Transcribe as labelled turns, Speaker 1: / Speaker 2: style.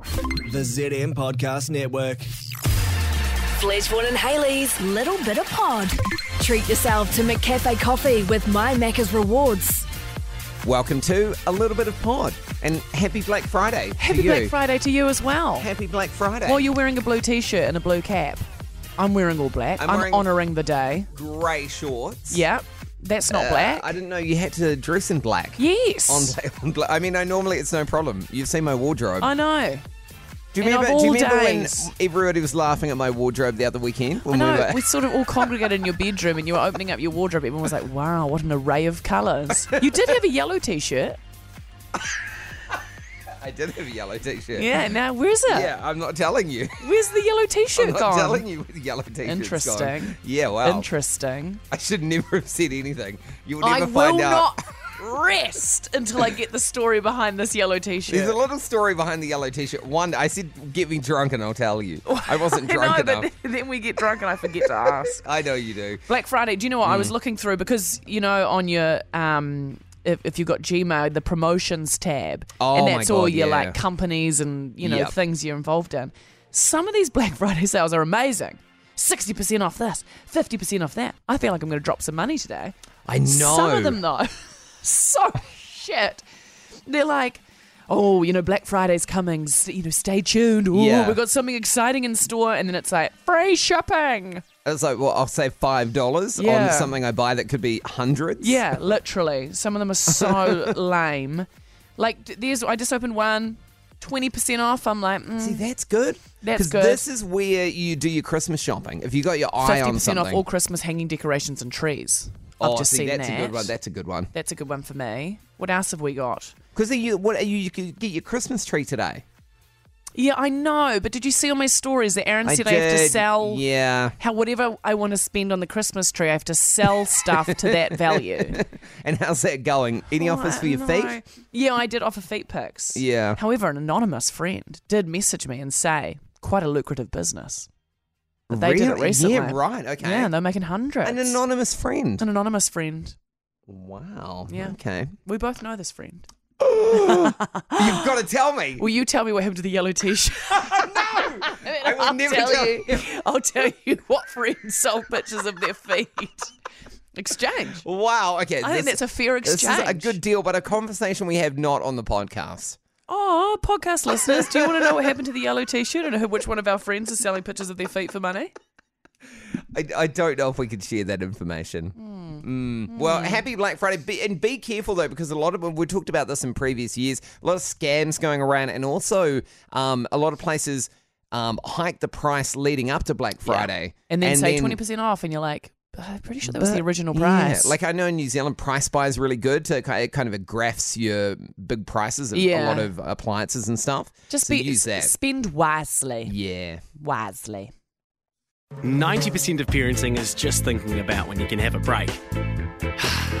Speaker 1: The ZM Podcast Network.
Speaker 2: Fleshborn and Haley's Little Bit of Pod. Treat yourself to McCafe coffee with My Macca's Rewards.
Speaker 3: Welcome to a little bit of pod and happy Black Friday. to
Speaker 4: Happy
Speaker 3: you.
Speaker 4: Black Friday to you as well.
Speaker 3: Happy Black Friday.
Speaker 4: Well, you're wearing a blue t-shirt and a blue cap. I'm wearing all black.
Speaker 3: I'm
Speaker 4: I'm,
Speaker 3: wearing-
Speaker 4: honouring the day.
Speaker 3: grey shorts.
Speaker 4: Yeah, that's not
Speaker 3: Uh,
Speaker 4: black.
Speaker 3: I didn't know you had to dress in black.
Speaker 4: yes.
Speaker 3: On, black, on black. I mean, I normally it's no problem. You've seen my wardrobe.
Speaker 4: I know.
Speaker 3: do you
Speaker 4: and
Speaker 3: remember?
Speaker 4: of
Speaker 3: do you
Speaker 4: all
Speaker 3: remember
Speaker 4: days.
Speaker 3: when everybody was laughing at my wardrobe the other weekend?
Speaker 4: I
Speaker 3: When
Speaker 4: know.
Speaker 3: we were,
Speaker 4: We sort of all congregated in your bedroom and you were opening up your wardrobe. Everyone was like, wow, what an array of colours. You did have a yellow t-shirt.
Speaker 3: I did have a yellow t-shirt.
Speaker 4: Yeah, now where's it?
Speaker 3: Yeah, I'm not telling you.
Speaker 4: Where's the yellow t-shirt
Speaker 3: I'm not
Speaker 4: gone?
Speaker 3: telling you where the yellow t-shirt's gone.
Speaker 4: Interesting.
Speaker 3: Yeah, wow.
Speaker 4: Interesting.
Speaker 3: I should never have said anything. You'll never
Speaker 4: I
Speaker 3: find
Speaker 4: will
Speaker 3: out.
Speaker 4: not rest until I get the story behind this yellow t-shirt.
Speaker 3: There's a little story behind the yellow t-shirt. One, I said, "Get me drunk and I'll tell you." I wasn't
Speaker 4: I
Speaker 3: drunk
Speaker 4: know,
Speaker 3: enough.
Speaker 4: but then we get drunk and I forget to ask.
Speaker 3: I know you do.
Speaker 4: Black Friday. Do you know what I
Speaker 3: Mm.
Speaker 4: was looking through because you know on your um if, if you got Gmail the promotions tab
Speaker 3: Oh
Speaker 4: and
Speaker 3: my
Speaker 4: that's all
Speaker 3: God,
Speaker 4: your
Speaker 3: yeah.
Speaker 4: like companies and you know
Speaker 3: Yep.
Speaker 4: things you're involved in. Some of these Black Friday sales are amazing. Sixty percent off this, fifty percent off that. I feel like I'm going to drop some money today.
Speaker 3: I know.
Speaker 4: Some of them though, so shit. They're like, oh, you know, Black Friday's coming. s- You know, stay tuned. Ooh,
Speaker 3: Yeah.
Speaker 4: we've got something exciting in store, and then it's like free shopping.
Speaker 3: It's like, well, I'll save five dollars on
Speaker 4: Yeah.
Speaker 3: something I buy that could be hundreds.
Speaker 4: Yeah, literally. Some of them are so lame. Like th- there's, I just opened one. 20% off. I'm like, mm,
Speaker 3: See, that's good.
Speaker 4: That's
Speaker 3: 'Cause
Speaker 4: good.
Speaker 3: This is where you do your Christmas shopping. If you got your eye on
Speaker 4: 50%
Speaker 3: something.
Speaker 4: off all Christmas hanging decorations and trees.
Speaker 3: oh,
Speaker 4: I've just
Speaker 3: see,
Speaker 4: seen
Speaker 3: that's
Speaker 4: that.
Speaker 3: a good one. That's a good one.
Speaker 4: That's a good one for me. What else have we got?
Speaker 3: Because you, what are you, you could get your Christmas tree today.
Speaker 4: Yeah, I know, but did you see all my stories that Aaron said I, have to
Speaker 3: did-
Speaker 4: sell?
Speaker 3: Yeah,
Speaker 4: How whatever I want to spend on the Christmas tree, I have to sell stuff to that value.
Speaker 3: and how's that going? Any
Speaker 4: Oh,
Speaker 3: offers for your feet?
Speaker 4: Yeah, I did offer feet pics.
Speaker 3: Yeah.
Speaker 4: However, an anonymous friend did message me and say, quite a lucrative business. But they did it
Speaker 3: Really?
Speaker 4: recently.
Speaker 3: Yeah, right. Okay.
Speaker 4: Yeah, and they're making hundreds.
Speaker 3: An anonymous friend.
Speaker 4: An anonymous friend.
Speaker 3: Wow.
Speaker 4: Yeah.
Speaker 3: Okay.
Speaker 4: We both know this friend.
Speaker 3: You've got to tell me.
Speaker 4: Will you tell me what happened to the yellow t-shirt? no,
Speaker 3: I will
Speaker 4: will
Speaker 3: never
Speaker 4: tell,
Speaker 3: tell
Speaker 4: you. I'll tell you what friends sold pictures of their feet. Exchange.
Speaker 3: Wow. Okay.
Speaker 4: I think that's a fair
Speaker 3: This is a
Speaker 4: exchange.
Speaker 3: good deal, but a conversation we have not on the podcast.
Speaker 4: Oh, podcast listeners, do you want to know what happened to the yellow t-shirt and who- which one of our friends is selling pictures of their feet for money?
Speaker 3: I, I don't know if we could share that information.
Speaker 4: Hmm.
Speaker 3: Mm. Well, happy Black Friday. Be, and be careful, though, because a lot of, we talked about this in previous years, a lot of scams going around, and also um, a lot of places um, hike the price leading up to Black Friday.
Speaker 4: And then say twenty percent off, and you're like, "But I'm pretty sure that was the
Speaker 3: But,
Speaker 4: original
Speaker 3: yeah,
Speaker 4: price.
Speaker 3: like I know in New Zealand, Price Buy is really good. To ki- it kind of graphs your big prices of a
Speaker 4: Yeah.
Speaker 3: lot of appliances and stuff.
Speaker 4: just
Speaker 3: So
Speaker 4: be
Speaker 3: use that.
Speaker 4: spend wisely,
Speaker 3: yeah.
Speaker 4: wisely.
Speaker 5: 90% of parenting is just thinking about when you can have a break.